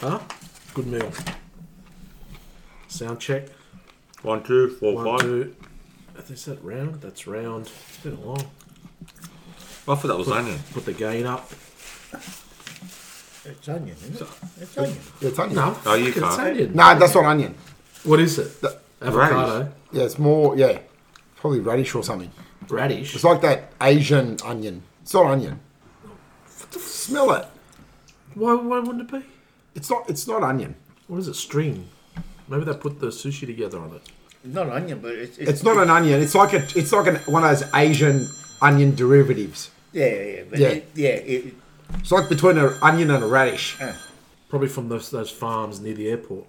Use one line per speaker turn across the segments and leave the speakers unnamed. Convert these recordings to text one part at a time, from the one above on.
Huh? Good meal. Sound check.
One, two, four,
One,
five.
two. Is that round? That's round. It's been a while.
I thought that was onion.
Put the gain up.
It's onion, isn't it? It's onion.
It's onion.
No,
No,
No, you
fucking
can't.
Italian.
that's not onion.
What is it?
That-
Avocado.
Yeah, it's more. Yeah, probably radish or something.
Radish.
It's like that Asian onion. It's not onion. Smell it.
Why, why wouldn't it be?
It's not. It's not onion.
What is it? String. Maybe they put the sushi together on it.
Not onion, but it's
It's not an onion. It's like a. It's like an, one of those Asian onion derivatives.
Yeah, yeah, yeah. But
Yeah.
It, yeah it, it-
It's like between an onion and a radish.
Probably from those, those farms near the airport.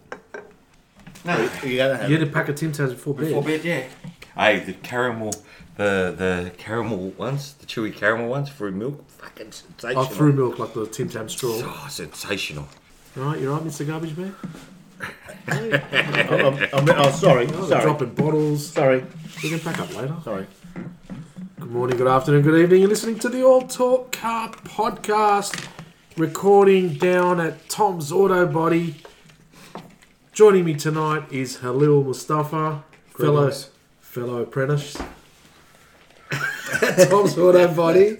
no, you gotta have.
You
it.
had a pack of Tim Tams before bed.
Four bit, yeah. Hey, the caramel, the the caramel ones, the chewy caramel ones, through milk, fucking sensational.
I threw milk like the Tim Tam straw.
Oh, sensational.
Alright, you're right, Mr. Garbage Man?
I'm, I'm, I'm, oh, sorry,
Oh, they're
sorry,
dropping bottles.
sorry,
We can pack up later.
sorry.
Good morning, good afternoon, good evening. You're listening to the All Talk Car podcast, recording down at Tom's Auto Body. Joining me tonight is Halil Mustafa, fellow,
Greetings.
fellow apprentice at Tom's Auto Body.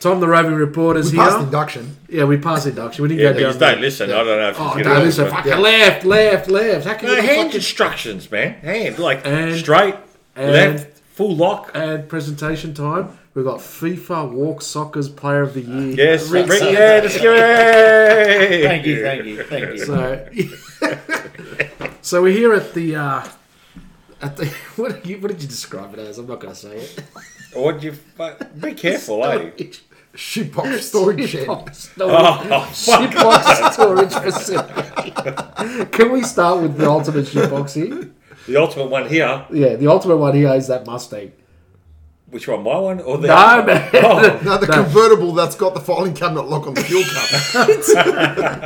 Tom the Roving Reporter is
We passed
here.
induction.
Yeah, we passed induction. We didn't
Yeah,
go
but you
down.
don't listen. I don't know if
Oh,
you
no, listen, fucking left, left, left. How can
No,
you
hand
fucking...
instructions, man. Hand, like
And-
straight,
and-
left, full lock.
And presentation time. We've got FIFA Walk Soccer's Player of the Year.
Yes,
Rick
Rick,
Sanchez.
yeah, let's go. Yay!
Thank you, thank you, thank you.
So, so we're here at the uh, at the what, did you, what did you describe it as? I'm not going to say it.
What you fu- be careful, eh?
Shitbox storage shed.
Shitbox Oh,
Oh,
storage, shitbox storage facility. Can we start with the ultimate shitbox here?
The ultimate one here.
Yeah, the ultimate one here is that Mustang.
Which one, my one or the?
No,
other one?
man.
Oh,
No, the convertible that's got the filing cabinet lock on the fuel cap.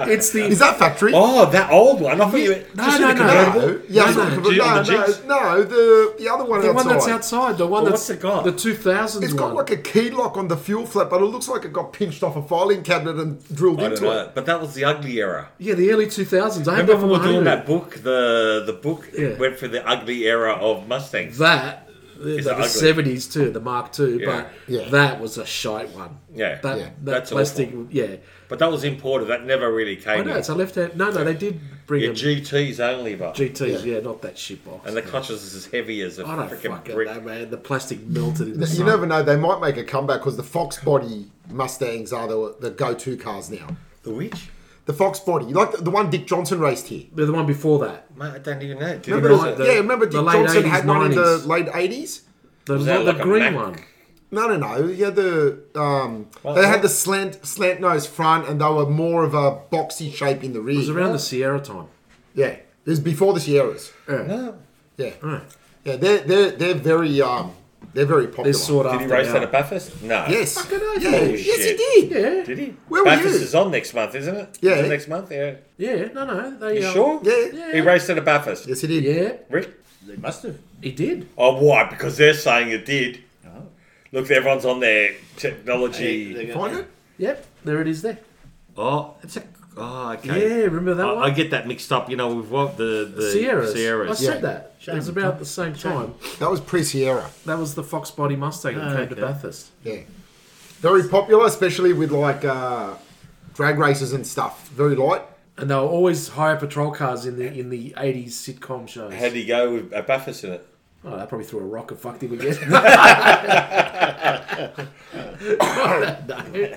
It's the
Is that factory?
oh, that old one. I thought you. were-
No,
just
no,
in the
no.
convertible?
No, yeah,
No,
no,
no,
no,
do you
no,
have the
no,
jigs?
the the other one
the
outside.
one that's outside. The one
Well,
that's
what's it got?
the 2000s
It's
one.
got like a key lock on the fuel flap, but it looks like it got pinched off a filing cabinet and drilled
I don't
into
know,
it.
but that was the ugly era.
yeah, the early 2000s. I had
Remember
that
when
from
we were doing
home.
that book? The the book
Yeah.
went for the ugly era of Mustangs.
that the,
It's
the
ugly.
70s too the mark ii
Yeah.
but
Yeah.
that was a shite one
Yeah.
that,
Yeah.
that
That's
plastic
awful.
yeah
But that was imported. That never really
i
came.
know
in.
it's a left hand no no they did bring
Your
them
GTs only, but
gts yeah. not that shit box
and the clutches is as heavy as a
i don't
freaking
fucking
brick.
know man the plastic melted in the
You
sun.
never know; they might make a comeback because the Fox Body Mustangs are the, the go-to cars now.
The witch?
The Fox Body, like the, the one Dick Johnson raced here.
the one before that
Mate, I don't even know. Did
Remember,
you
know
like-
the-
yeah, remember
the
Dick
late
Johnson
80s,
had one in the
90s?
late eighties.
the,
that
the
like a
green
Mac?
one
No, no, no. Yeah, the um,
Well,
they had
yeah.
the slant slant nose front, and they were more of a boxy shape in the rear.
it was around the sierra time
yeah. It was before the Sierras.
no.
Yeah,
right
yeah. They're they're they're very um they're very popular.
they're sought
Did
after
he race
now.
that at Bathurst? No.
Yes.
Fucking oath.
yeah.
Holy
Yes,
shit.
he did.
yeah
Did he?
Where were
Bathurst
you?
is on next month, isn't it?
Yeah.
Is it next month, yeah.
yeah no no they
You
uh,
sure?
Yeah.
He raced at a Bathurst.
Yes, he did.
yeah
Rick?
They must have.
he did
Oh, why? Because they're saying it did.
Oh.
Look, everyone's on their technology.
They- they
Find it.
yep there it is there
oh, it's a. Oh, okay.
yeah remember that
I,
one
I get that mixed up. You know, with what the the
Sierras. Oh, I
Sierras.
said
Yeah.
that. It was about the same time.
That was pre-Sierra.
That was the Fox Body Mustang that
Oh,
came to
okay.
Bathurst.
Yeah. Very popular, especially with like uh, drag races and stuff. Very light.
And they were always hire patrol cars in the in the eighties sitcom shows.
How did he go with a Bathurst in it?
Oh, I probably threw a rock and fucked him again. No.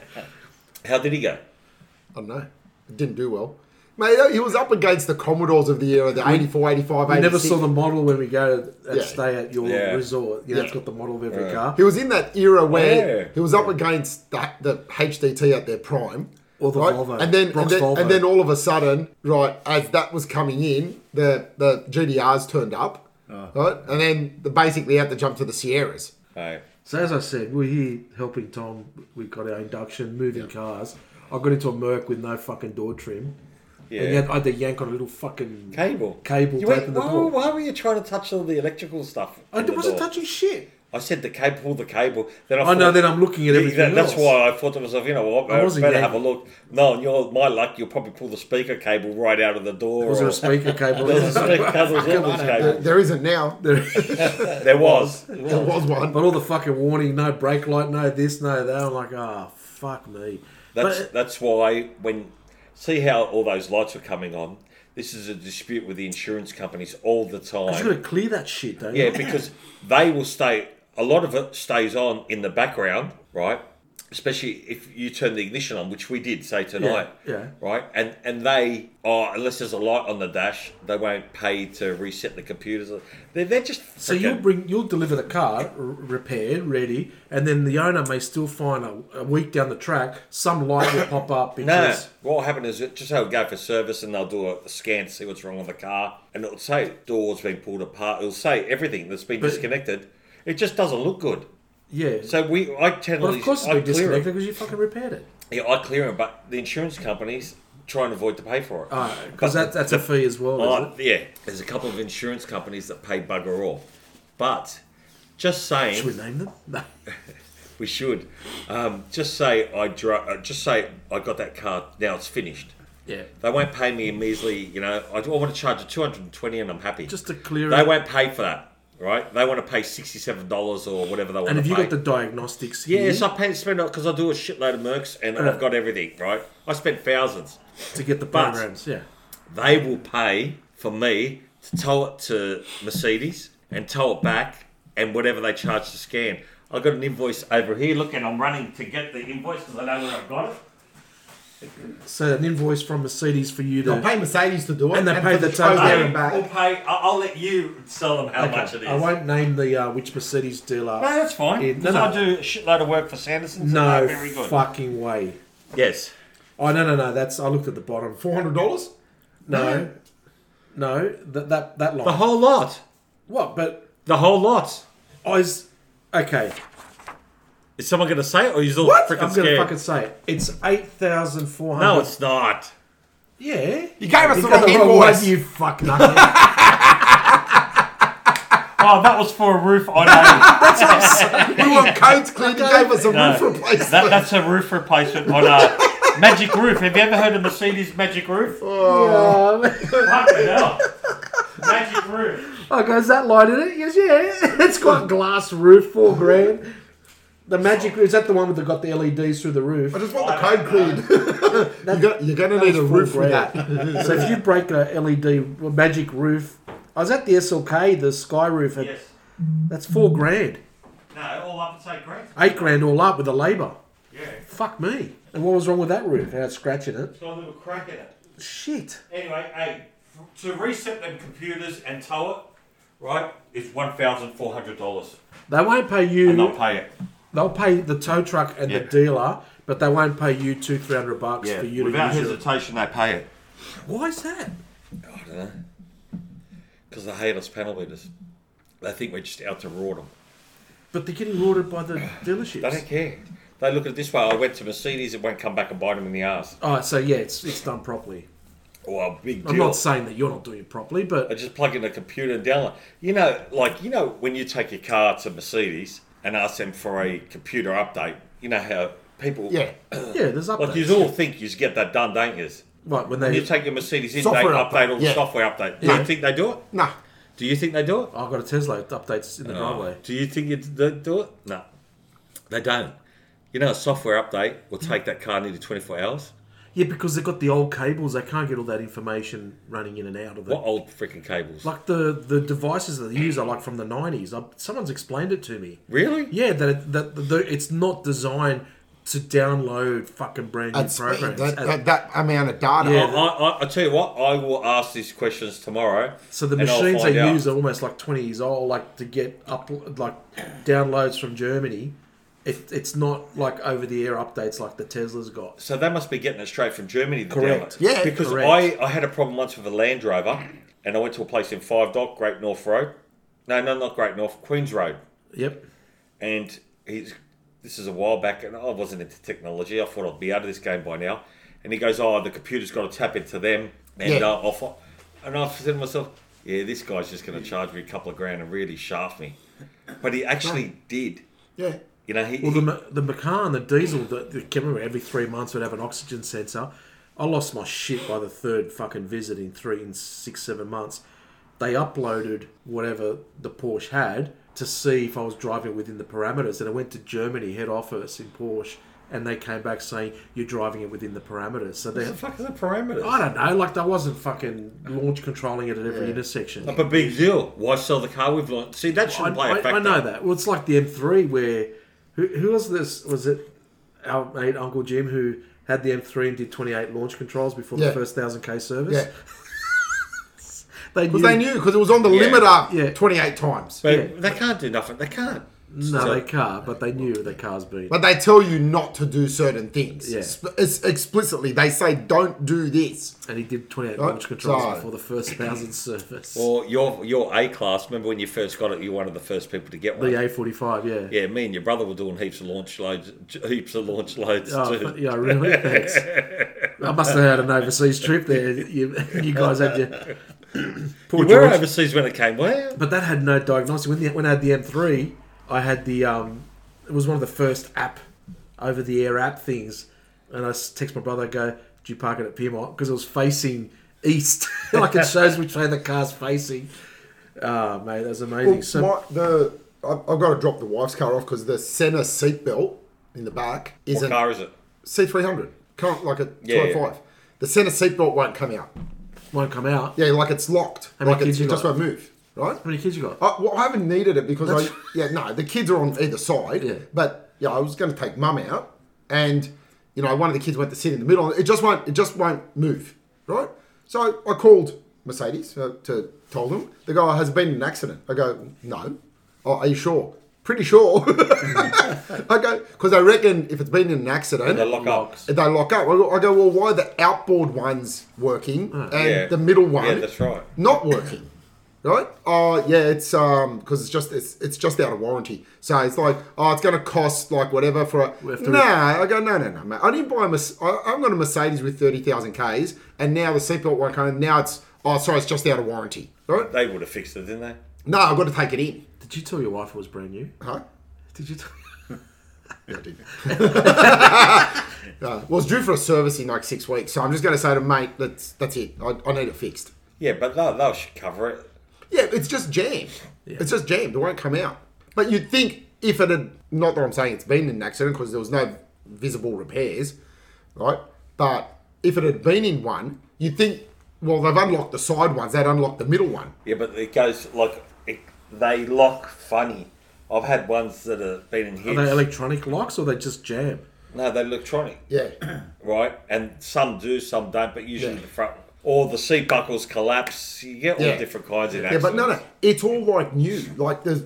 How did he go?
I don't know. It didn't do well. Mate, he was up against the Commodores of the era, the 84, 85,
I never
86.
saw the model when we go and
Yeah.
stay at your
Yeah.
resort. You know, it's got the model of every car.
He was in that era where
Yeah.
he was up against the, the HDT at their prime.
Or the
right?
Volvo.
And then, and
Brock's
then,
Volvo.
and then all of a sudden, right, as that was coming in, the, the GDRs turned up.
Ah.
Right? And then they basically had to jump to the Sierras.
Oh.
So as I said, we're here helping Tom. We got our induction, moving cars. I got into a Merc with no fucking door trim.
Yeah.
And yet I had to yank on a little fucking
Cable.
Cable
You
to
went-
open the
why,
door.
why were you trying to touch all the electrical stuff?
I
on the
wasn't
door?
touching shit.
I said the cable, pull the cable. Then I,
I
thought,
know. Then I'm looking at
Yeah,
everything.
that- that's
else.
why I thought to myself, you know what, I
wasn't
better
yanked.
have a look. No, and you're my luck. You'll probably pull the speaker cable right out of the door.
Was there
or-
a speaker cable?
There was a speaker cable. There was
There,
cable.
there isn't now. There
There was.
was one.
But all the fucking warning, no brake light, no this, no that. I'm like, ah, fuck me.
That's
But-
that's why when see how all those lights were coming on. This is a dispute with the insurance companies all the
you
time.
got to clear that shit, don't
Yeah,
you?
because they will stay. A lot of it stays on in the background, right? Especially if you turn the ignition on, which we did say tonight,
yeah.
right? And and they are unless there's a light on the dash, they won't pay to reset the computers. They're, they're just
So you'll bring, you'll deliver the car r- repaired, ready, and then the owner may still find a, a week down the track some light will pop up
no.
because
What happened is it just how it go for service, and they'll do a scan to see what's wrong on the car, and it'll say doors been pulled apart. It'll say everything that's been
But-
disconnected. It just doesn't look good.
yeah.
So we, I
but
generally,
of course it's
I
been
clear 'em.
disconnected because you fucking repaired it.
Yeah, I clear them, but the insurance companies try and avoid to pay for it.
Because that, that's a fee as well.
Uh, Oh,
isn't it?
yeah, there's a couple of insurance companies that pay bugger all. But just saying,
Should we name them? No.
we should. Um, just say I dro- uh, Just say I got that car. Now it's finished.
Yeah.
They won't pay me a measly. You know, I, do- I want to charge a two hundred and twenty, and I'm happy.
Just to clear
they
it.
won't pay for that, right? They want to pay sixty-seven dollars or whatever they want.
And
to
have you
pay.
got the diagnostics here
Yes, I pay, spend because I do a shitload of mercs, and I've got everything right. I spent thousands.
to get the
but-
programs? Yeah.
they will pay for me to tow it to Mercedes and tow it back and whatever they charge to scan. I got an invoice over here. Look, and I'm running to get the invoice because I know where I've got it.
So an invoice from Mercedes for you to.
They'll pay Mercedes to do it.
And they pay
for
the tow
tow there
Hey,
and
I'll
back.
pay. I'll, I'll let you sell them how much it is.
I won't name the uh, which Mercedes dealer.
No, that's fine.
Yeah, no,
because
no.
I do a shitload of work for Sanderson's.
No
and they're very good.
fucking way.
Yes.
Oh no no no! That's I looked at the bottom.
Four hundred dollars.
No, no, that that that
The
line.
whole lot.
what? But
The whole lot.
I was okay.
Is someone going to say it or you're all
What? I'm
freaking
gonna
scared?
fucking say it. It's eight thousand four hundred.
No, it's not.
yeah. You
gave us the
got
wrong
the wrong
invoice.
one, you fuck nothing.
Oh, that was for a roof. I know.
We want codes cleaned. You gave us a roof replacement.
That, that's a roof replacement on a magic roof. Have you ever heard of Mercedes magic roof?
Oh.
Fucking hell. Magic roof.
I go, is that light in it? He goes, yeah. It's got glass roof, four grand. The magic is that the one with the got the LEDs through the roof.
I just want the code cleaned. you're, gonna, you're gonna need
That's
a
full
roof for
grade.
that.
so if you break a LED magic roof, I was at the SLK, the sky roof. At,
Yes.
That's four grand,
No, all up and say great.
eight grand all up with the labour.
Yeah.
Fuck me. And what was wrong with that roof? How it's scratching it?
Got a little crack in it.
Shit.
Anyway, hey, f- to reset them computers and tow it, right, is $1,400.
They won't pay
And they'll
you.
pay it.
They'll pay the tow truck and the
Yeah.
dealer, but they won't pay you two, three hundred bucks for you
Without
to use it.
hesitation, they pay it.
Why is that?
I don't know. Because they hate us panel beaters. They think we're just out to roar them.
But they're getting ordered by the
They don't
dealerships.
care. They look at it this way. I went to Mercedes. It won't come back and bite them in the ass.
Oh, so yeah, it's it's done properly.
Oh, a big
I'm
deal.
not saying that you're not doing it properly,
I
but
just plug in a computer and download. You know, like you know, when you take your car to Mercedes and ask them for a computer update, you know how people.
Yeah.
yeah, there's updates.
Like you all think you get that done, don't you?
right when
When
they
you take your Mercedes in,
Software
they
update,
update all the
yeah.
software update. Do
Yeah.
you think they do it?
Nah.
Do you think they do it?
I've got a Tesla. It updates in
Oh.
the driveway.
Do you think you do do it? No, they don't. You know, a software update will take that car nearly twenty four hours.
Yeah, because they've got the old cables. They can't get all that information running in and out of the
What old freaking cables?
Like the the devices that they use are like from the nineties. Someone's explained it to me.
really?
Yeah, that it, that the, it's not designed to download fucking brand new
At speed,
programs.
that,
At-
that, that amount of data.
I, I, I tell you what, I will ask these questions tomorrow.
so the
and I'll
machines
find
they
out.
use are almost like twenty years old. Like to get up like downloads from Germany. It, it's not like over the air updates like the Tesla's got.
So they must be getting it straight from Germany. The
Correct.
download.
Yeah,
Because
correct.
I, I had a problem once with a Land Rover, and I went to a place in Five Dock, Great North Road. No, no, not Great North, Queens Road.
Yep.
And he's this is a while back, and I wasn't into technology. I thought I'd be out of this game by now. And he goes, "Oh, the computer's got to tap into them and
Yeah.
uh, offer." And I said to myself, "Yeah, this guy's just going to charge me a couple of grand and really shaft me." but he actually did.
Yeah.
You know, he,
Well,
he-
the, Ma- the Macan, the diesel, the, the camera every three months would have an oxygen sensor. I lost my shit by the third fucking visit in three, in six, seven months. They uploaded whatever the Porsche had to see if I was driving within the parameters. And I went to Germany head office in Porsche, and they came back saying you're driving it within the parameters. So they,
what the fuck are the parameters?
I don't know, like they wasn't fucking launch controlling it at every intersection.
Up a big deal. Why sell the car we've launched? See, that shouldn't play a
I,
factor.
I know that. Well, it's like the M3 where who, who was this? Was it our mate Uncle Jim who had the M3 and did 28 launch controls before
Yeah.
the first thousand k service?
Yeah.
they knew.
Because they knew because it was on the
Yeah.
limiter
Yeah.
28 times.
But
Yeah.
they can't do nothing. They can't.
no,
So-
they can't. But they knew the car's been.
But they tell you not to do certain things.
Yeah.
Sp- it's explicitly, they say don't do this.
and he did 28
Right.
launch controls
So-
before the first thousand service.
Or your your A class. Remember when you first got it? You were one of the first people to get
the
one.
A45, yeah.
yeah, me and your brother were doing heaps of launch loads, heaps of launch loads
Oh,
too.
fu- yeah, really? Thanks. I must have had an overseas trip there. You, you guys had your poor
We were
George.
overseas when it came. Well,
But that had no diagnostic. When, the, when I had the M3, I had the um, it was one of the first app over the air app things, and I s- text my brother, I go, "Do you park it at Piedmont?" Because it was facing east, like it shows which way the car's facing. Ah, mate, that was amazing.
Well,
so
my, the I've, I've got to drop the wife's car off because the center seatbelt in the back is
what
a
car is it?
C three hundred, current like a two
Yeah, yeah.
hundred five. The center seatbelt won't come out.
won't come out.
Yeah, like it's locked.
How many
like it's,
kids you
it just
got?
won't move. Right.
How many kids you got?
I, well, I haven't needed it because I
That's-
yeah no the kids are on either side.
Yeah.
But yeah, I was going to take mum out, and you know one of the kids went to sit in the middle. It just won't it just won't move. Right. So I called Mercedes uh, to told them the guy has been in an accident. I go no. Oh, are you sure? Pretty sure. I go because I reckon if it's been in an accident,
The lock up.
they lock up. I go, I go, well, why are the outboard ones working
Ah.
and
Yeah.
the middle one
Yeah, that's right.
not working? right? Oh, yeah, it's um because it's just it's it's just out of warranty. So it's like, oh, it's going to cost like whatever for a
We have to-
nah. I go, no, no, no, mate. I didn't buy a Mes- I, I've got a Mercedes with thirty thousand k's, and now the seatbelt won't come. in. Now it's oh, sorry, it's just out of warranty. Right?
They would have fixed it, didn't they?
No, I've got to take it in.
Did you tell your wife it was brand new?
Huh?
Did you? Tell-
Yeah, I did. Uh, well, it's due for a service in like six weeks, so I'm just going to say to mate, that's that's it. I, I need it fixed.
Yeah, but they they should cover it.
Yeah, it's just jammed. It's just jammed. It won't come out. But you'd think if it had, not that I'm saying it's been an accident because there was no visible repairs, right? But if it had been in one, you'd think, well, they've unlocked the side ones, they'd unlock the middle one.
Yeah, but it goes like it, they lock funny. I've had ones that have been in
Are
here.
they electronic locks or they just jam?
no, they're electronic.
Yeah.
right? And some do, some don't, but usually the front or the seat buckles collapse. You get all
Yeah.
different kinds of
Yeah,
accidents.
but no, no, it's all like new. Like there's,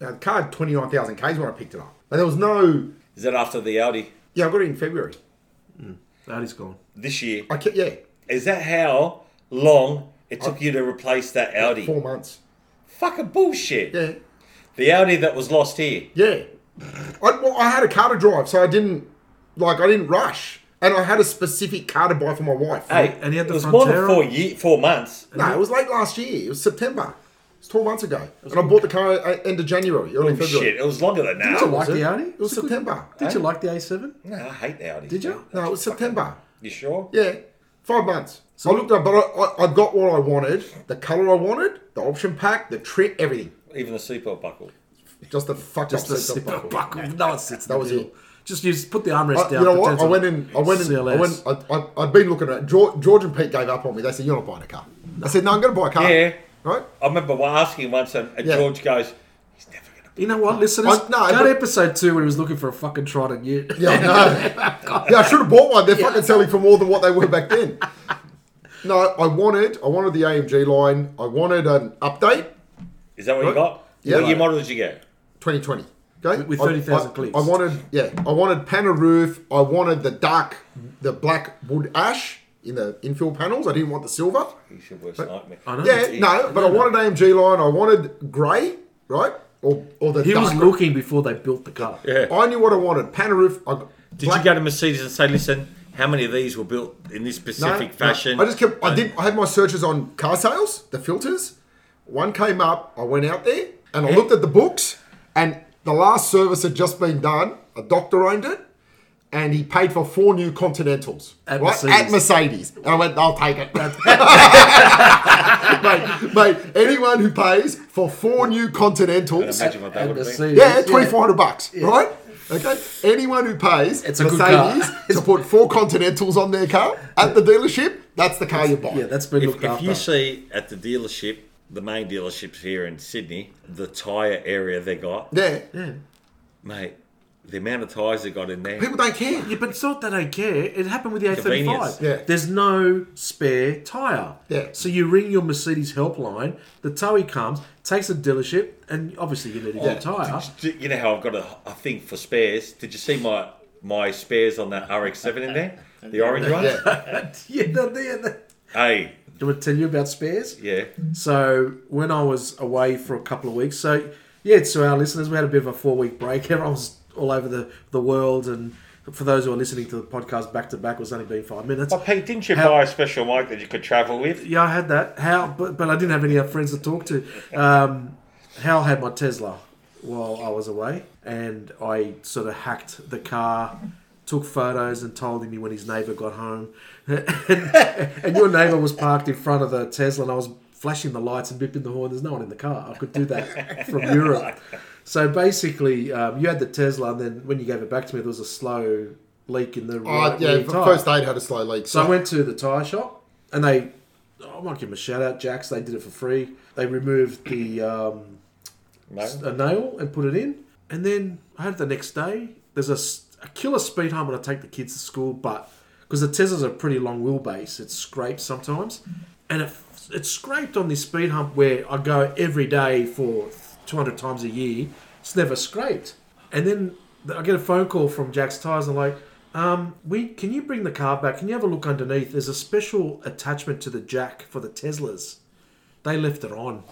now the car had 29,000 Ks when I picked it up. And there was no,
Is that after the Audi
yeah, I got it in February.
That is gone.
this year?
I kept, yeah,
Is that how long it took you to replace that Audi?
four months.
Fucking bullshit.
Yeah,
The Audi that was lost here.
yeah. I, well, I had a car to drive, so I didn't, like, I didn't rush. And I had a specific car to buy for my wife.
Hey,
and he had
it
the
was more than
Frontera.
four year, four months.
No, it was late last year. It was September. It's 12 months ago. And I bought the car at end of January, early February.
Shit, it was longer than
Did you
that.
like the Audi?
It was
It's a good-
September.
Did you like the A7?
No, I hate the Audi.
Did you?
No, it was September.
You sure?
Yeah, five months. So I looked up, but I, I, I got what I wanted, the colour I wanted, the option pack, the trim, everything.
Even the seatbelt buckle.
Just the fuck
Just the
up seatbelt
zipper buckle.
buckle.
No one sits. That
was it.
Just you just put the armrest
I-
down.
you know
pretend
what? I
to-
went in. I went in. I
CLS.
went. I, I, I'd been looking at. George, George and Pete gave up on me. They said, "You're not buying a car." I said, "No, I'm going to buy a car."
Yeah.
Right.
I remember asking once, and, and
Ah. Yeah.
George goes, "He's never gonna."
You know what, listeners?
I-
I,
no,
go
but-
to episode two when he was looking for a fucking Tron and you.
Yeah, I know. yeah, I should have bought one. They're fucking selling for more than what they were back then. No, I wanted, I wanted the AMG line. I wanted an update,
Is that what you
Right.
got?
Yeah.
What year model did you get?
2020. Okay,
With- with
I-
30,000
I-
clicks.
I wanted, yeah, I wanted panel roof. I wanted the dark, the black wood ash in the infill panels. I didn't want the silver.
He's your worst nightmare.
I know.
Yeah, no, but I wanted AMG line. I wanted grey, right? Or or the
He
dark.
was looking before they built the car.
Yeah.
I knew what I wanted. Panel roof. I,
Did you go to Mercedes and say, listen, how many of these were built in this specific fashion?
I just kept. I did. I had my searches on car sales, the filters. One came up. I went out there And I looked at the books, and the last service had just been done. A doctor owned it, and he paid for four new Continentals
At
right?
Mercedes.
at Mercedes. And I went, I'll take it. mate, mate, anyone who pays for four new Continentals,
Imagine what that
And
would
the
have been.
seat-
yeah, twenty four hundred bucks, right? Okay. Anyone who pays
It's a good car.
Mercedes to put four Continentals on their car at the dealership, that's the car you buy.
Yeah, that's been
If,
looked
if
after.
you see at the dealership, the main dealerships here in Sydney, the tyre area they got,
yeah.
mate, the amount of tyres they got in there.
People don't care.
Yeah, but it's not that I care. It happened with the
Convenience.
A35.
Yeah.
There's no spare tyre.
Yeah.
So you ring your Mercedes helpline, the towie comes, takes the dealership, and obviously you need a new
Yeah.
tyre.
Do- You know how I've got a, a thing for spares. Did you see my my spares on that RX-7 in there? The orange one?
Yeah.
yeah, no, yeah, no.
Hey,
Do I tell you about spares?
yeah.
So when I was away for a couple of weeks, so yeah, to our listeners, we had a bit of a four week break. Everyone was all over the, the world, and for those who are listening to the podcast back to back, it was only been five minutes.
Well, Oh, Pete, didn't you
How-
buy a special mic that you could travel with?
Yeah, I had that. Hal, but, but I didn't have any other friends to talk to. Um, Hal had my Tesla while I was away, and I sort of hacked the car, took photos, and told him when his neighbour got home. and, and your neighbour was parked in front of the Tesla, and I was flashing the lights and bipping the horn. There's no one in the car. I could do that from Europe. So basically, um, you had the Tesla, and then when you gave it back to me, there was a slow leak in the right
Uh, yeah,
rear
f-
tyre.
first aid had a slow leak.
So I went to the tire shop, and they, I might give them a shout out, Jax. They did it for free. They removed the um,
No.
a nail and put it in, and then I had it the next day. There's a, s- a killer speed hump when I take the kids to school, but because the Tesla's a pretty long wheelbase, it scrapes sometimes, and it it scraped on this speed hump where I go every day for 200 times a year. It's never scraped, and then I get a phone call from Jack's Tires and I'm like. Um, we can you bring the car back? Can you have a look underneath? There's a special attachment to the jack for the Teslas. They left it on.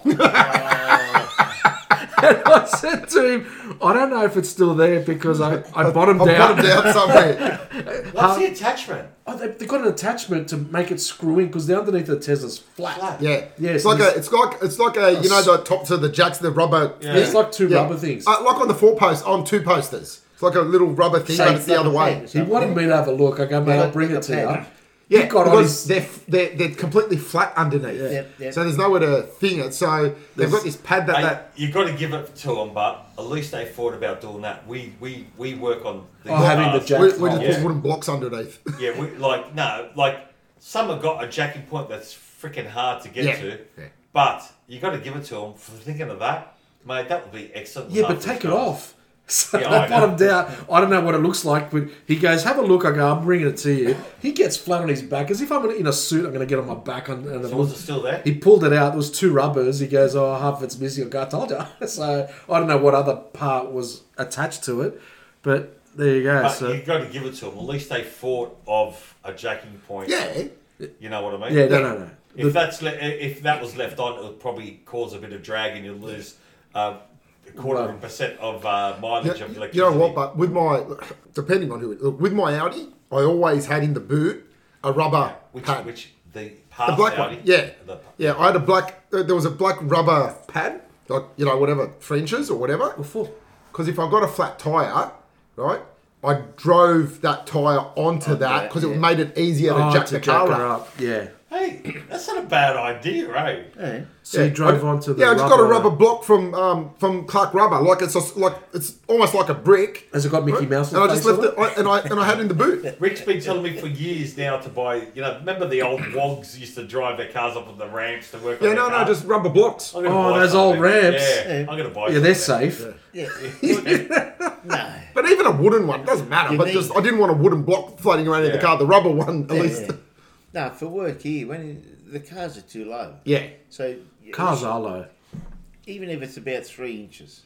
and I said to him, I don't know if it's still there because I, I bottomed
I
down.
put him down somewhere.
What's the attachment?
Oh, they, they got an attachment to make it screw in because the underneath of the Tesla's flat.
Flat.
Yeah,
Yeah,
It's
so
like
there's-
a, it's like it's like a, you know, the tops of the jacks, the rubber.
Yeah, It's like two
Yeah.
rubber things.
Uh, like on the four post, on two posters. It's like a little rubber thing, but it's the other way.
he wanted me to have a look. I go, mate, I'll
like
bring
the
it to you.
pen.
He
Yeah,
got on his-
because they're, f- they're they're completely flat underneath.
Yep, yep.
So there's nowhere to thing it. So they've got this pad that, that
you got to give it to them, but at least they thought about doing that. We we, we work on the
Oh, having the
cars.
jack
we, we just
Yeah.
put wooden blocks underneath.
Yeah, we, like no, like some have got a jacking point that's freaking hard to get
Yeah.
to,
Yeah.
but you got to give it to them for thinking of that, mate. That would be excellent.
Yeah, but
after
take it
this
off. So
Yeah,
I
I
bottomed out. I don't know what it looks like, but he goes, "Have a look." I go, "I'm bringing it to you." He gets flat on his back as if I'm in a suit. I'm going to get on my back on. And
So was it still there?
He pulled it out. There was two rubbers. He goes, "Oh, half of it's missing." I go, "I told you." So I don't know what other part was attached to it, but there you go.
But
so
you got to give it to them. At least they thought of a jacking point.
yeah,
You know what I mean?
yeah, no, no, no.
If that's le- if that was left on, it would probably cause a bit of drag, and you'd lose uh, a quarter of a percent of uh, mileage of
you,
electricity.
you know what? But with my depending on who, it, look, with my Audi, I always had in the boot a rubber
which
pad,
which the
the
past
black
Audi,
one. Yeah,
the-
yeah. I had a black. Uh, there was a black rubber pad, like you know, whatever Frenches or whatever.
Before.
Because if I got a flat tire, right, I drove that tire onto that because it
yeah.
made it easier to
Oh,
jack
to
the car
jack her
up.
up. Yeah.
Hey, that's not a bad idea, eh? right?
Eh?
Yeah.
So he drove
I,
onto the.
yeah. I just got a rubber block from um, from Clark Rubber, like it's a, like it's almost like a brick.
Has it got Mickey Mouse?
And I just left
on
it, I, and I and I had it in the boot.
Rick's been telling me for years now to buy. You know, remember the old wogs used to drive their cars up on the ramps to work.
Yeah,
on their
no, no,
car?
just rubber blocks.
I'm gonna
Oh,
buy
those old
something.
ramps.
Yeah, I'm gonna buy.
Yeah, they're
something.
safe.
Yeah. no.
But even a wooden one doesn't matter.
You
but
need-
just I didn't want a wooden block floating around in the
Yeah.
car. The rubber one, at
Yeah,
least.
yeah. No, for work here, when you- the cars are too low.
Yeah.
So
Cars are low.
even if it's about three inches,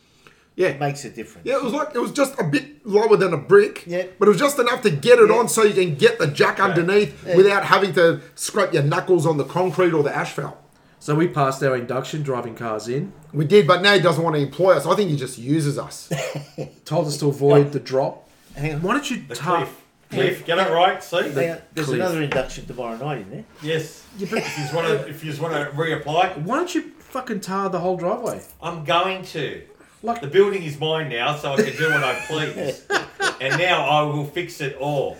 yeah,
it makes a difference.
Yeah, it was like it was just a bit lower than a brick,
Yeah.
but it was just enough to get it
Yeah.
on so you can get the jack underneath without having to scrape your knuckles on the concrete or the asphalt.
So we passed our induction driving cars in.
We did, but now he doesn't want to employ us. I think he just uses us.
Told us to avoid the drop.
Hang on.
Why don't you
The
ta-
cliff. Cliff, get it right, see?
Hang on, There's another induction tomorrow night, isn't there?
Yes. If you just want to, if you just want to reapply,
Why don't you fucking tar the whole driveway?
I'm going to.
Like,
The building is mine now, so I can do what I please. and now I will fix it all.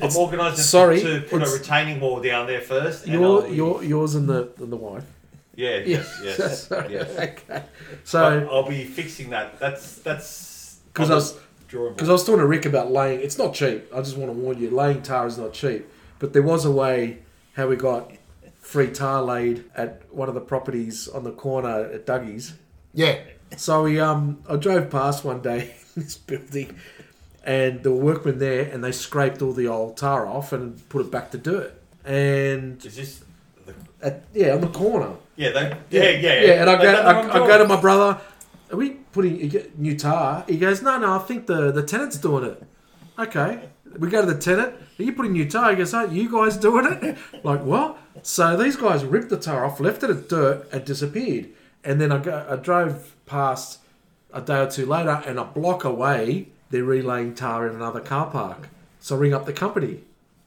I'm organising
sorry,
to put a
it's-
retaining wall down there first. and
your,
I'll-
E.
your, yours and the and the wife.
yeah, yes, yes,
Sorry.
yes.
Okay.
But
So,
I'll be fixing that. That's that's
'Cause
on
I
the
was-
drawing
because I
board.
was talking to Rick about laying, it's not cheap. I just want to warn you, laying tar is not cheap. But there was a way how we got free tar laid at one of the properties on the corner at Dougie's.
Yeah.
So we, um, I drove past one day in this building, and there were workmen there, and they scraped all the old tar off and put it back to dirt. And
Is this? The,
at, yeah, on the corner.
yeah, they, yeah, yeah,
Yeah, and I
They've
go,
done the
I,
wrong
I
job.
go to my brother. Are we putting you get new tar? He goes, no, no. I think the the tenant's doing it. Okay, we go to the tenant. Are you putting new tar? He goes, aren't you guys doing it? Like what? So these guys ripped the tar off, left it as dirt, and disappeared. And then I go, I drove past a day or two later, and a block away, they're relaying tar in another car park. So I ring up the company.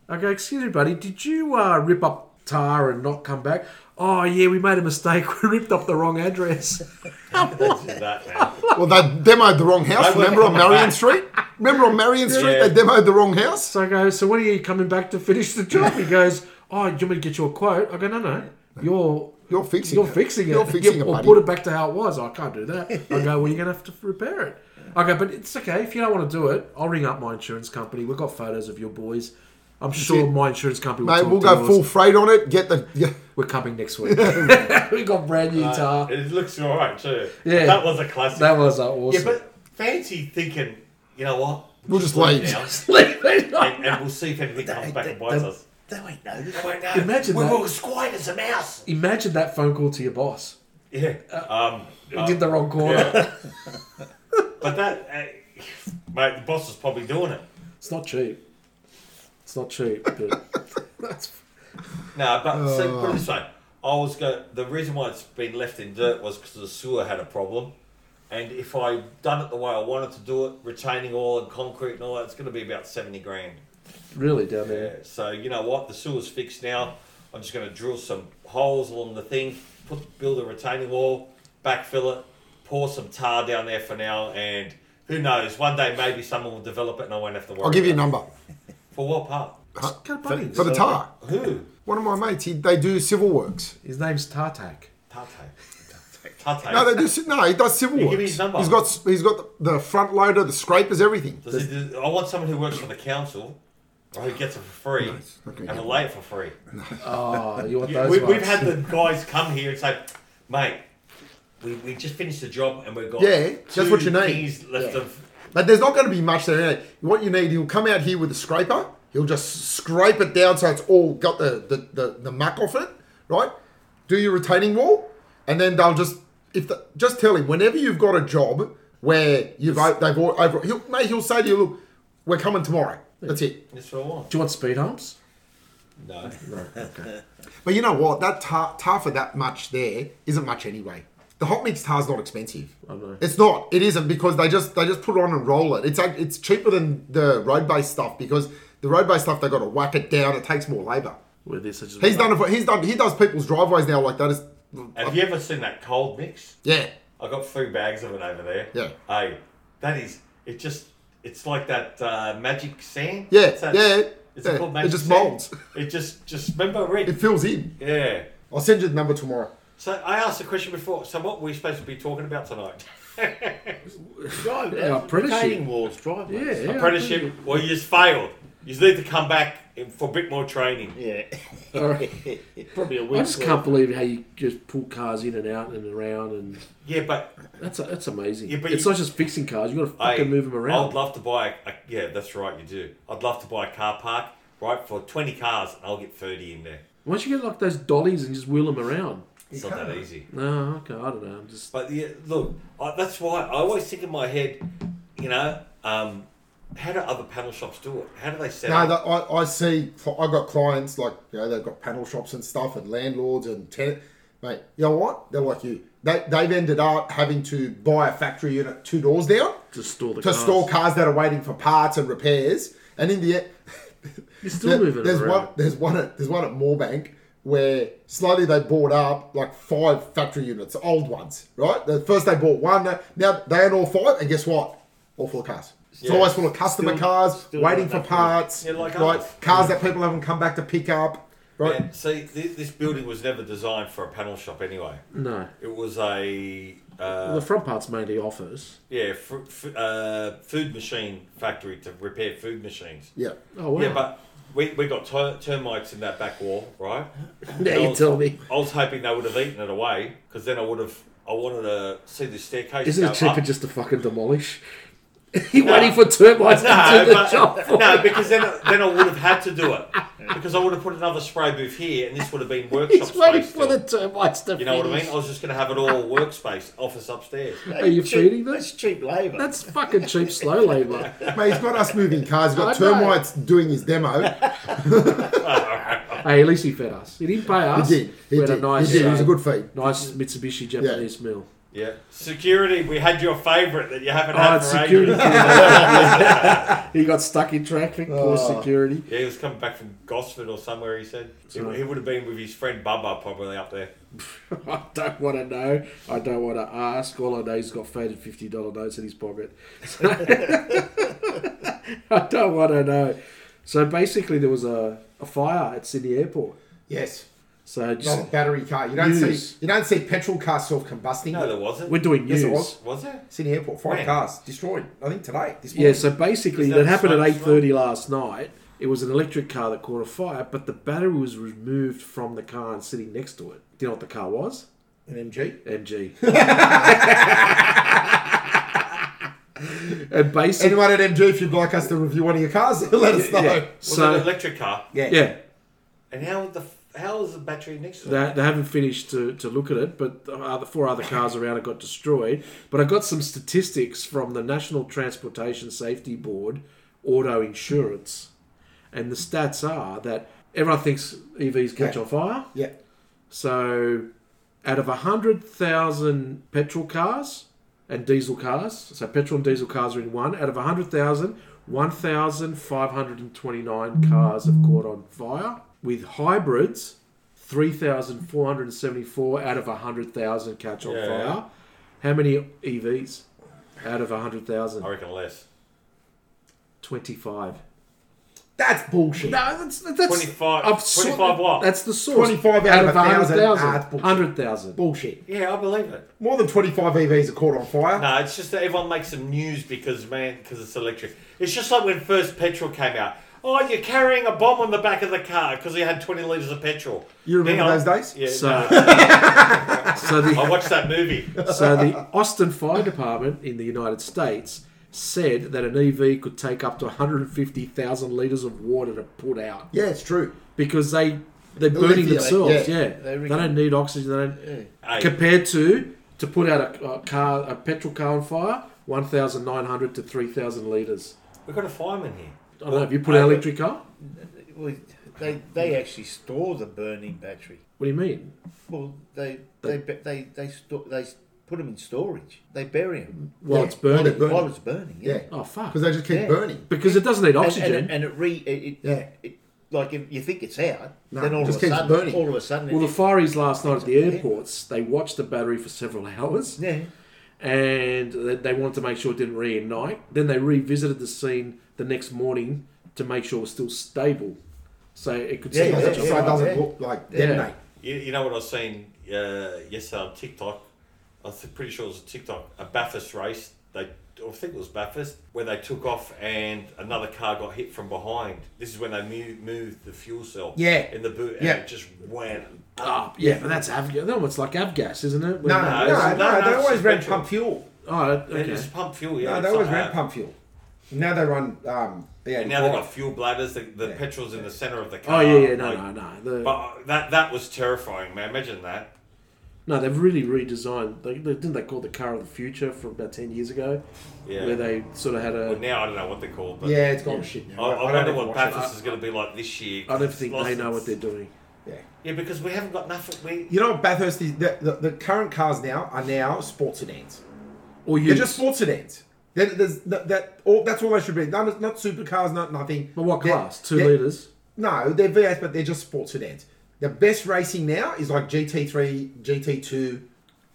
I go, excuse me, buddy, did you uh, rip up tar and not come back? Oh, yeah, we made a mistake. We ripped up the wrong address.
This is that, man.
Well, they demoed the wrong house.
They were
Remember on
coming
Marion
back.
Street? Remember on Marion Street
Yeah.
they demoed the wrong house?
So I go, so when are you coming back to finish the job? He goes, oh, you want me to get you a quote? I go, no, no, you're...
You're fixing
You're
it.
fixing it.
You're fixing
Yeah,
it,
Or
buddy.
put it back to how it was. "Oh, I can't do that. I go, well, you're going to have to repair it. I go, but it's okay. If you don't want to do it, I'll ring up my insurance company. We've got photos of your boys. I'm sure
it.
my insurance company will
Mate,
talk
we'll
to
go
yours.
full freight on it. Get the. Yeah.
We're coming next week. we got brand new
Uh,
tar.
It looks all right too.
Uh, Yeah.
that was a classic.
That was uh, awesome.
yeah, but fancy thinking, you know what?
We'll just
Put it
leave.
Imagine
down and, and we'll see if anything comes back and bites us.
They won't know.
Imagine
we're
that.
all quiet as a mouse.
that phone call to your boss.
Yeah. Um,
You
uh,
did the wrong corner.
yeah. but that, uh, mate, the boss is probably doing it.
It's not cheap. It's not cheap, but that's
No, but see,
Oh.
put it this way. I was going. The reason why it's been left in dirt was because the sewer had a problem, and if I done it the way I wanted to do it, retaining all and concrete and all that, it's going to be about seventy grand.
really down
Yeah.
there.
So you know what? The sewer's fixed now. I'm just going to drill some holes along the thing, put build a retaining wall, backfill it, pour some tar down there for now, and who knows? One day maybe someone will develop it, and I won't have to worry.
I'll give you a
about
number.
it. For what part?
Just go
For,
Bunnings.
for the tar.
Who?
One of my mates, he, they do civil works.
His name's Tartak.
Tate. Tate.
No, they do. ci- No, he does civil
You
works.
give me his number.
He's got. He's got the, the front loader, the scrapers, everything.
Does it- does- I want someone who works for the council or who gets it for free
not gonna
and
happen.
will lay it for free.
Oh, you want
You-
those
we,
ones?
we've had the guys come here and say, mate, we, we just finished the job and we've got
Yeah, that's
two
what you need."
things left of.
But there's not going to be much there. anyway. What you need, he'll come out here with a scraper. He'll just scrape it down so it's all got the the, the, the muck off it, right? Do your retaining wall, and then they'll just if the, just tell him whenever you've got a job where you've o- they've all over. He'll mate, he'll say to you, look, we're coming tomorrow. That's it.
That's what I want.
Do you want speed humps?
No.
But you know what? That tar, tar for that much there isn't much anyway. The hot mix tar's not expensive. I
know.
It's not. It isn't because they just they just put it on and roll it. It's like, it's cheaper than the road based stuff because the road based stuff they got to whack it down. It takes more labour.
With this, I just
He's done it for he's done he does people's driveways now like that. It's,
Have you ever seen that cold mix?
yeah,
I got three bags of it over there.
Yeah.
Hey, that is, it just, it's like that uh, magic sand.
Yeah,
It's that-
yeah,
Is
yeah.
it called
It
magic
just
sand?
molds.
It just, just remember, Rick.
it fills in.
yeah.
I'll send you the number tomorrow.
So I asked the question before. So what were we supposed to be talking about tonight?
Drive,
Yeah, apprenticeship.
retaining walls, driveways.
Yeah, yeah.
Apprenticeship. Well, you just failed. You need to come back for a bit more training.
Yeah.
All right.
Probably a week.
I just can't believe how you just pull cars in and out and around, and
Yeah, but
that's that's amazing.
Yeah, but
it's
you-
not just fixing cars; you got to
I
fucking move 'em move them around.
I'd love to buy. A, a- yeah, that's right. You do. I'd love to buy a car park right for twenty cars, and I'll get thirty in there.
Why don't you get like those dollies and just wheel them around?
It's not that easy.
No, okay, I don't know. I'm just
But yeah, look, I, that's why I always think in my head, you know, um, how do other panel shops do it? How do they set
No,
up?
that, I, I see. I've got clients like you know they've got panel shops and stuff, and landlords and tenant. Mate, you know what? They're like you. They they've ended up having to buy a factory unit two doors down
to store the
to
cars.
store cars that are waiting for parts and repairs, And in the e, end,
You're still moving
there's
around.
one there's one at there's one at Moorbank where slowly they bought up like five factory units, old ones, right? The first they bought one, now they own all five, and guess what? All full of cars. It's
Yeah.
always full of customer
Still-
cars
still
waiting
not
for
that full.
parts,
Yeah, like
right?
us.
Cars that people haven't come back to pick up, right?
Man, see, th- this building was never designed for a panel shop anyway.
No.
It was a
Well,
uh,
the front part's mainly office.
yeah fr- f- uh, food machine factory to repair food machines.
Yeah.
Oh, wow.
Yeah, but we, we got ter- termites in that back wall, right?
now
And I
you
was-
tell me.
I was hoping they would have eaten it away because then I would have. I wanted to see the staircase.
Isn't
go
it cheaper
up.
just to fucking demolish? You're waiting for termites to
No,
do the
but-
job for
no,
you.
because then then I would have had to do it because I would have put another spray booth here, and this would have been workshop
He's waiting
space.
for
still.
the termites to
You know what I mean?
finish.
I was just going to have it all workspace office upstairs.
Are you
cheap,
feeding them?
That's cheap labour.
That's fucking cheap slow labour.
Mate, he's got us moving cars, he's got
I know.
termites doing his demo.
hey, at least he fed us. He didn't pay us.
He did. He
we had
did.
a nice,
he did. it was a
uh,
good feed.
nice Mitsubishi Japanese meal.
Yeah, security. We had your favourite that you haven't
Oh,
had
it's
for
security.
ages.
he got stuck in traffic. Poor
Oh.
security.
Yeah, he was coming back from Gosford or somewhere. He said he,
Right.
he would have been with his friend Bubba probably up there.
I don't want to know. I don't want to ask. All I know is he's got faded fifty dollar notes in his pocket. So- I don't want to know. So basically, there was a, a fire at Sydney Airport.
Yes.
So
Not a
just,
battery car. You don't
News.
see you don't see petrol cars self combusting.
No, there wasn't.
we're doing
Yes,
news.
it was.
was there?
Sydney Airport, five
When?
cars destroyed. I think today. This
Yeah.
morning.
So basically,
Is
that
that
happened at
smoke
eight thirty last night. It was an electric car that caught a fire, but the battery was removed from the car and sitting next to it. Do you know what the car was?
an MG.
MG. and basically,
Anyone at MG, if you'd like us to review one of your cars, let us know.
yeah.
Was it an
So
electric car?
Yeah.
yeah,
And how the f- how is the battery next to
they,
that?
they haven't finished to, to look at it, but the other, four other cars around it got destroyed. But I got some statistics from the National Transportation Safety Board auto insurance, and the stats are that everyone thinks EVs catch
Yeah.
on fire.
Yeah.
So, out of 100,000 petrol cars and diesel cars, so petrol and diesel cars are in one, out of 100,000, 1,529 cars have caught on fire. With hybrids, 3,474 out of 100,000 catch on
Yeah.
fire. How many EVs out of 100,000?
I reckon less.
25.
That's bullshit.
No, that's that's
25
I've sort-
25 what?
That's the source.
25 out of 1,000. Ah, it's bullshit.
100,000.
Bullshit.
Yeah, I believe it.
More than 25 EVs are caught on fire.
No, it's just that everyone makes some news because man, because it's electric. It's just like when first petrol came out. Oh, you're carrying a bomb on the back of the car because he had 20 liters of petrol.
You remember
Hang on.
those days?
Yeah.
So, so
I
the
watched that movie.
so the Austin Fire Department in the United States said that an EV could take up to 150,000 liters of water to put out
Yeah, it's true.
because they they're burning
Alleviate,
themselves. Yeah,
yeah.
they,
They
don't need oxygen. They don't.
Hey,
Compared to to put out a, a car a petrol car on fire, 1,900 to 3,000 liters.
we've got a fireman here.
I don't know. Have you put an
I-
electric car?
Well, they they actually store the burning battery.
What do you mean?
Well, they they they they they, sto- they s- put them in storage. They bury them
Well,
Yeah,
it's burning.
well, Burning.
while it's burning. Yeah.
Yeah.
Oh fuck!
Because they just keep
Yeah.
burning.
Because it doesn't need
And-
oxygen.
And, and, it re it, it,
Yeah.
it like if you think it's out,
No,
then all
it just
of a
keeps
sudden,
burning.
all of a sudden,
Well, the
it,
fireys last night at the airports, they watched the battery for several hours
yeah,
and they they wanted to make sure it didn't reignite. Then they revisited the scene the next morning to make sure it was still stable. So it could still
Yeah,
so
catch
it
on
yeah,
fire.
doesn't
yeah.
look like detonate.
You, you know what I was seeing uh, yesterday on TikTok? I was pretty sure it was a TikTok, a Bathurst race. They, I think it was Bathurst, where they took off and another car got hit from behind. This is when they mo- moved the fuel cell.
Yeah.
In the boot, and
Yeah.
it just went.
Oh, yeah, but that's avgas. No, it's like avgas, isn't it? When
No,
they-
no,
it's-
no, no,
no,
They
no,
always
it's
ran
petrol.
pump fuel.
Oh,
And
okay.
It's pump fuel, yeah.
No,
it's
they always
not
ran
hard.
pump fuel. Now they run. Um, the
And now they've
85.
got fuel bladders. The, the petrol's in the center of the
Oh
car.
yeah, yeah, no,
like-
no, no. The-
But uh, that that was terrifying, man. Imagine that.
no, they've really redesigned. They, they, didn't they call it the car of the future from about ten years ago,
Yeah.
where they sort of had a.
Well, now I don't know what they're called, but
Yeah, it's gone shit now.
I, I,
don't
wonder
even
what
watch it.
Bathurst is going to be like this year.
I
'cause
don't
it's
think
lost
they know
its-
what they're doing.
Yeah.
Yeah, because we haven't got nothing. We
You know what Bathurst is? The, the, the current cars now are now sports sedans.
Or you
They're just sports sedans.
Then there's that, that all, that's all they should be. Not, not supercars, not nothing.
But what
They're-
class? Two
they're-
litres?
No, they're V8s, but they're just sports sedans. The best racing now is like GT3, GT2,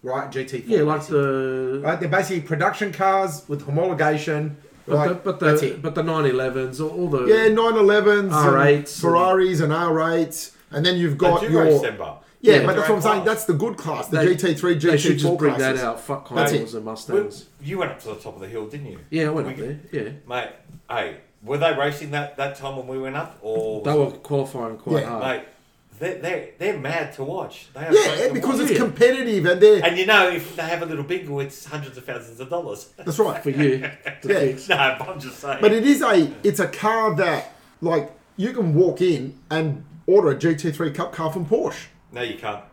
right? GT4.
Yeah, like
racing.
the.
Right, they're basically production cars with homologation.
But
like,
the, but
that's
the
it.
but the 911s, all, all the
Yeah, 911s, and
R8s.
Ferraris, and R8s, and then you've
Got
got
you
your
race them, Bob.
yeah,
Yeah,
but that's what I'm
they're
saying.
class.
That's the good class, the
They-
GT3, GT4
they should just bring that
classes.
out. Fuck
That's
Continentals and Mustangs.
Well, You went up to the top of the hill, didn't you?
Yeah, I went
We-
up there. Yeah,
Mate, hey, were they racing that, that time when we went up? Or
they were qualifying quite
Yeah,
hard.
Mate, they're, they're, they're mad to watch. They are great
Yeah,
to
because
watch.
it's competitive, and they're
And you know, if they have a little bingo, it's hundreds of thousands of dollars.
that's right.
For you, to
Yeah,
fix.
no, but I'm just saying.
but it is a it's a car that like you can walk in and order a GT3 Cup car from Porsche.
no, you can't.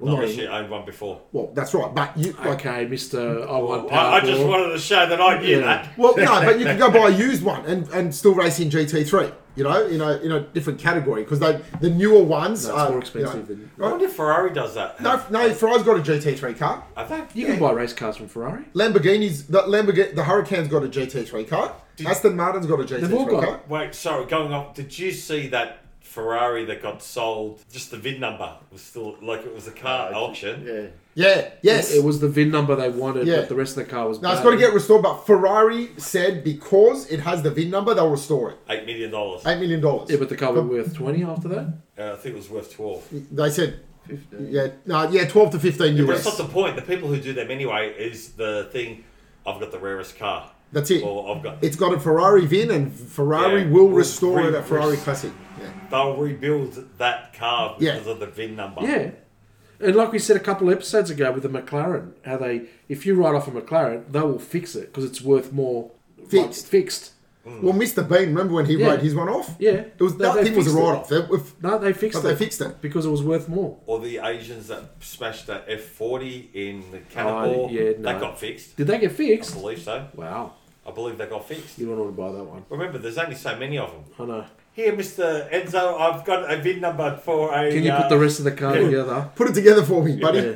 Well,
Not
no,
unless
you-
you owned one before.
Well, that's right, but you like
okay, Mister,
Oh,
I want power.
I, I just wanted to show that I
Yeah.
knew that.
Well, no, but you can go buy a used one and, and still race in GT3. You know, in a in a different category because they the newer ones
That's
are
more
you know,
expensive than-
I
Oh, right?
wonder if Ferrari does that.
No, no, Ferrari's got a GT3 car.
Have they?
You can buy race cars from Ferrari.
Lamborghini's the Lamborghini, the Hurricane's got a GT3 car. Aston Martin's got a GT3
all got-
car.
Wait, sorry, going off. Did you see that Ferrari that got sold? Just the VIN number was still like it was a car auction.
Yeah.
Yeah, yes.
It was the VIN number they wanted,
Yeah.
but the rest of the car was.
no, it's
bad.
got to get restored. But Ferrari said because it has the VIN number, they'll restore it.
Eight million dollars.
Eight million dollars.
Yeah, but the car was worth twenty after that.
Uh, I think it was worth twelve.
they said,
uh,
yeah, no, yeah, twelve to fifteen
But
US.
that's not the point. The people who do them anyway is the thing. I've got the rarest car.
That's it.
Or I've got.
It's got a Ferrari VIN, and Ferrari
Yeah,
will
we'll
restore it
re-
at Ferrari
re-
Classic. Yeah.
They'll rebuild that car
Yeah.
because of the VIN number.
Yeah, and like we said a couple of episodes ago with the McLaren, how they if you write off a McLaren, they will fix it because it's worth more. like,
Fixed.
fixed.
Hmm.
Well, Mr. Bean, remember when he
Yeah.
wrote his one off?
Yeah.
It was
They-
that
they
thing was a
fixed it.
write off.
No, they fixed
But
it.
they fixed it.
because it was worth more.
Or the Asians that smashed that F forty in the
Oh,
Cannibal.
yeah, no.
That got fixed.
Did they get
I
fixed?
believe so.
Wow,
I believe they got fixed.
you don't want to buy that one.
Remember, there's only so many of them.
I know.
Here, Mr. Enzo, I've got a VIN number for a.
Can you
uh,
put the rest of the car
yeah.
together?
Put it together for me, buddy.
Yeah.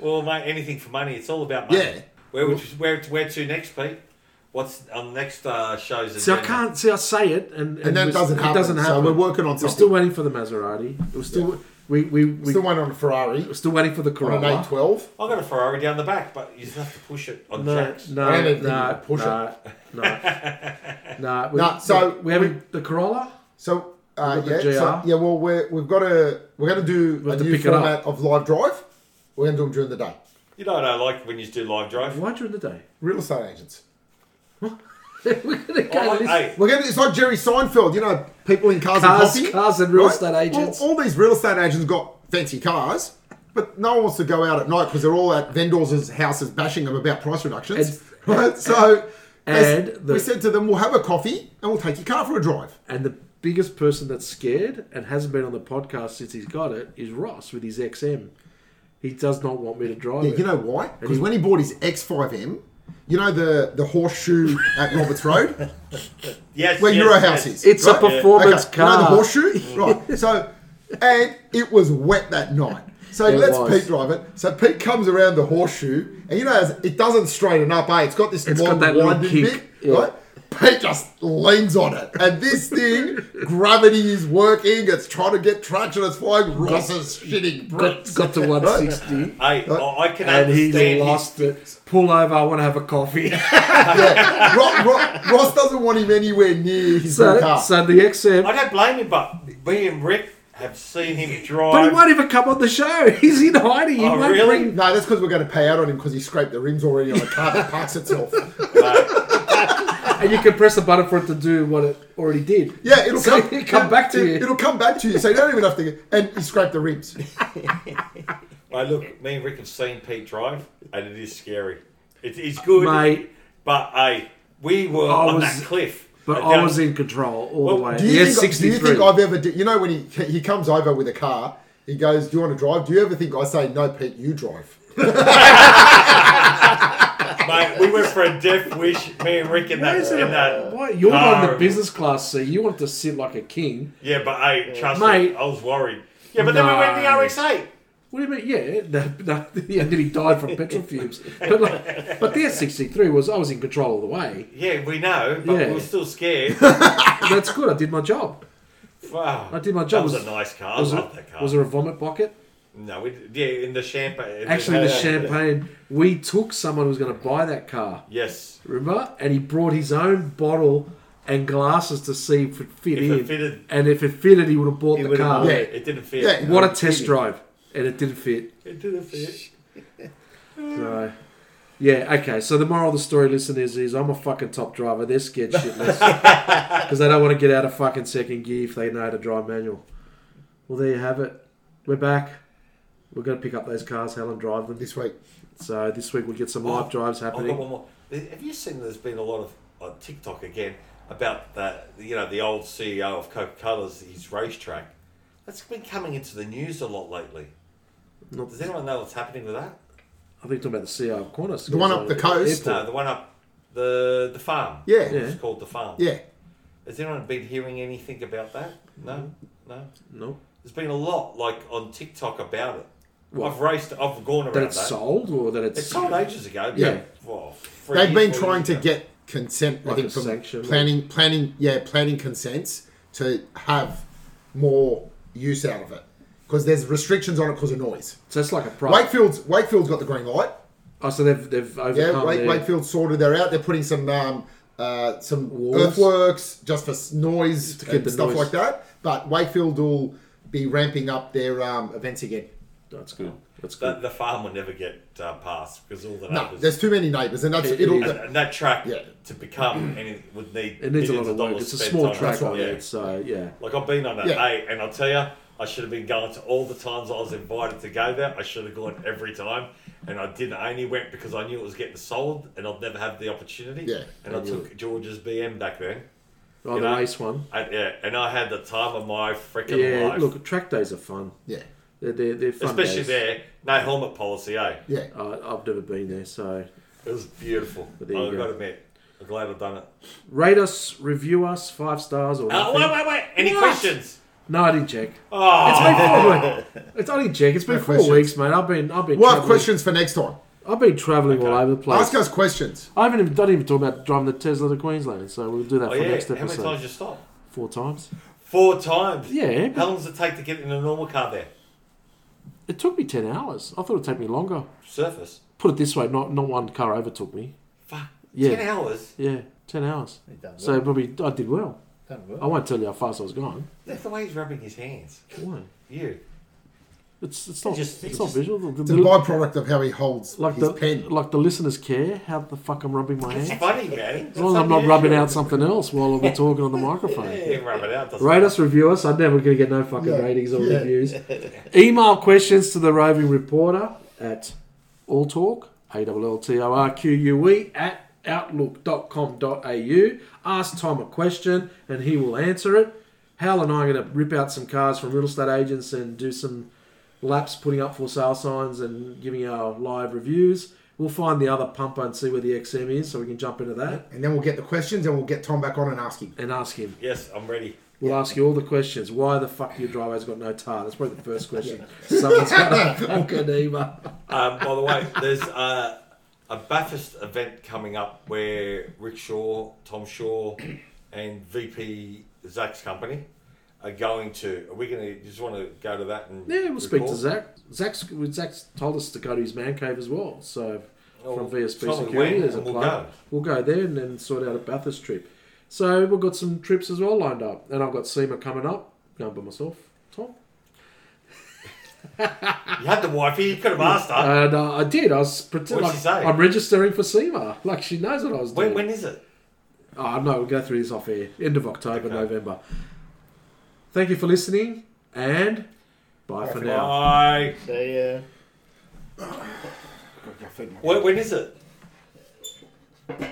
Well, mate, anything for money. It's all about money.
Yeah.
Where would you, where where to next, Pete? What's on next uh, shows?
See, I
agenda?
can't see. I say it, and
And that
we-
doesn't happen. So we're working on
We're
something.
still waiting for the Maserati. We're still we we we
Still one on a Ferrari.
we're still waiting for the
On an
Corolla.
A12.
I've got a Ferrari down the back, but you just have to push it on
No,
jacks.
I
no,
don't
no,
think you
no,
can push
no, no. We-
No, so
we haven't the Corolla.
So uh,
We've
yeah,
got the
so,
GR.
yeah. Well, we're, we've got to we're going to do
have
a
to
new
pick it up.
format of live drive. We're going to do them during the day.
You know what I like when you do live drive?
Why during the day?
Real estate agents.
We're gonna
I
go
like-
listen.
Oh, hey,
We're going. To, it's like Jerry Seinfeld. You know, people in cars,
Cars-
and coffee.
cars and real estate agents.
All, all these real estate agents got fancy cars, but no one wants to go out at night because they're all at vendors' houses bashing them about price reductions. right. So.
And
they s-
the-
we said to them, "We'll have a coffee and we'll take your car for a drive."
And the biggest person that's scared and hasn't been on the podcast since he's got it is Ross with his XM. He does not want me to drive
Yeah,
it.
you know why? Because when he bought his X5M, you know the the horseshoe at Roberts Road.
yes,
where
yes,
Euro
yes.
House is.
it's a
right?
performance
Okay,
car.
You know the horseshoe? Right. So, and it was wet that night. So
It
let's
was.
Pete drive it. So Pete comes around the horseshoe, and you know, as- it doesn't straighten up, eh? It's got this
It's
long,
got that little
winding
kick,
bit,
yeah.
right? Pete just leans on it, and this thing, gravity is working. It's trying to get traction. It's flying. Ross is shitting
got,
bricks.
got to 160
Hey, I I can
and he
understand. his-
lost it. Pull over, I want to have a coffee.
Yeah. Ro- Ro- Ross doesn't want him anywhere near his new
so,
car.
so the XM.
I don't blame him, but me and Rick have seen him drive.
But he won't even come on the show. He's in hiding. He
Oh,
won't
really?
bring.
no, that's because we're going to pay out on him because he scraped the rims already on a car that parks itself.
And you can press the button for it to do what it already did.
Yeah, it'll
So
come,
it'll come back to you.
It'll come back to you, so you don't even have to. And you scrape the rims.
Well, look, me and Rick have seen Pete drive, and it is scary. It is good,
Mate.
But hey, we were
I
on
was-
that cliff.
But um,
And
I
that-
was in control all
Well,
the way.
Do you,
Yes,
think, do you
63.
think I've ever? Do, you know when he he comes over with a car, he goes, "Do you want to drive?" Do you ever think I say, "No, Pete, you drive"?
Mate, we went for a death wish, me and Rick in
Why
that.
is it
In that
why- You're on the
car.
business class seat. You want to sit like a king.
Yeah, but hey, trust
Mate.
me, I was worried. Yeah, but then we went in the
No.
RX-8.
What do you mean? Yeah, no, no, yeah, nearly died from petrol fumes. But like, but their '63 was I was in control all the way.
Yeah, we know, but
Yeah.
we were still scared.
That's good. I did my job.
wow.
I did my job.
That was
Was-
a nice car.
was
I
there,
love that car.
was there a vomit bucket?
no, we, yeah, in the champagne.
Actually, the
Yeah.
champagne. We took someone who was going to buy that car.
Yes.
Remember? And he brought his own bottle and glasses to see if it fit
If
in.
it fitted.
and if it fitted, he would have bought
He
the
would have
car.
bought
Yeah, it didn't fit.
Yeah.
What a test drive! And it didn't fit.
It didn't fit.
So, yeah, okay. So the moral of the story, listeners, is I'm a fucking top driver. They're scared shitless because they don't want to get out of fucking second gear if they know how to drive manual. Well, there you have it. We're back. We're going to pick up those cars, Helen, drive them.
this week.
So this week we'll get some
Oh,
live drives
I've got
happening.
one more. eh, Have you seen there's been a lot of on TikTok again about the you know the old CEO of Coca Cola's his racetrack? That's been coming into the news a lot lately.
Not-
Does anyone know what's happening with that?
I think you're talking about the CEO of Qantas.
The one up the
uh,
coast.
No, the one up the the farm.
Yeah.
Yeah.
It's called the farm.
Yeah.
Has anyone been hearing anything about that? No,
Mm-hmm.
no.
No.
There's been a lot like on TikTok about it.
What?
I've raced. I've gone around
That it's sold or that it's,
It's sold eh? ages ago.
Yeah.
Well, three
They've
years,
been
four
trying
years
to
ago.
get consent, I
Like
think,
a
from
sanction or-
planning, planning, yeah, planning consents to have more use out of it because there's restrictions on it because of noise.
so it's like a price.
Wakefield's Wakefield's got the green light.
Oh, so they've they've
Yeah,
overcome
Wake,
their-
Wakefield sorted. They're out. They're putting some um, uh, some
Walls.
earthworks just for s- noise
To keep
and
the
stuff
noise.
like that. But Wakefield will be ramping up their um, events again.
That's good. That's
The,
good.
the farm will never get uh, passed because all the
No,
neighbours.
there's too many neighbours, and that's
It-
it'll. uh,
it
and, and that track
Yeah.
to become and it would need.
It needs a lot of
millions
work.
dollars
It's a
spent
small
on it.
track on
Yeah.
it, so yeah.
Like I've been on that
Yeah.
day, and I'll tell you, I should have been going to all the times I was invited to go there. I should have gone every time, and I didn't. I only went because I knew it was getting sold, and I'd never have the opportunity.
Yeah.
And I took George's BM back then.
Oh,
You
the
know?
race one.
And, yeah, and I had the time of my freaking
Yeah,
life.
look, track days are fun.
yeah,
They're, they're, they're fun
Especially
days.
there, no helmet policy, eh?
yeah.
Uh, I've never been there, so
It was beautiful. I've
there you
got
go.
to admit, I'm glad I've done it.
rate us, review us, five stars or
Uh,
nothing.
wait, wait, wait. Any questions?
No, I didn't check.
Oh,
It's been four weeks. It's, I didn't check. It's been
No
four
questions.
weeks, mate. I've been, I've been.
We'll have
traveling.
questions for next time.
I've been travelling all over the place.
Ask us questions.
I haven't even, don't even talk about driving the Tesla to Queensland, so we'll do that
oh
for
yeah.
next
How many
episode.
times did you stop?
Four times.
Four times.
Yeah,
How long does it take to get in a normal car there?
It took me ten hours. I thought it'd take me longer.
Surface.
Put it this way, not not one car overtook me.
Fuck.
Yeah.
Ten hours.
Yeah, ten hours.
It done
So
well.
probably I did well.
Done
I
well.
Oh.
won't tell you how fast I was going.
That's the way he's rubbing his hands.
Why?
You.
It's it's not
just-
it's
it
not
just-
visual. The-
It's a
the-
byproduct of how he holds
like
his
the
pen.
like the listeners care how the fuck I'm rubbing my
It's
hand.
funny, man.
As long as I'm not rubbing out something else while we're talking on the microphone.
Yeah, rub it out. doesn't
Rate
it?
us, review us. I'm never going to get no fucking
Yeah.
ratings or
Yeah.
reviews. Email questions to the roving reporter at alltalk, A-L-L-T-O-R-Q-U-E, E at outlook.com.au. Ask Tom a question and he will answer it. Hal and I are going to rip out some cars from real estate agents and do some laps putting up for sale signs and giving our live reviews. We'll find the other pumper and see where the XM is so we can jump into that
And then we'll get the questions and we'll get Tom back on and ask him.
and ask him.
Yes, I'm ready.
We'll ask you all the questions. Why the fuck your driveway's got no tar? That's probably the first question. Someone's got a fucking email.
Um, by the way, there's uh, a Bathurst event coming up where Rick Shaw, Tom Shaw, and VP Zach's company are going to. Are we going to just want to go to that and?
Yeah, we'll speak to
record?
Zach. Zach's, Zach's told us to go to his man cave as well. So
Oh,
from
well,
VSP
tell me
Security,
when
there's a
and we'll
plug.
go.
We'll go there and then sort out a Bathurst trip. So we've got some trips as well lined up. And I've got SEMA coming up. Going by myself. Tom?
You had the wifey. You could have asked her.
And uh, I did. I was pretending.
What'd she
Like,
say?
I'm registering for SEMA. Like she knows what I was
when,
doing.
when is it?
Oh, no, we'll go through this off air. End of October,
Okay.
November. Thank you for listening, and bye, for now.
Bye.
They, uh,
When, when is it?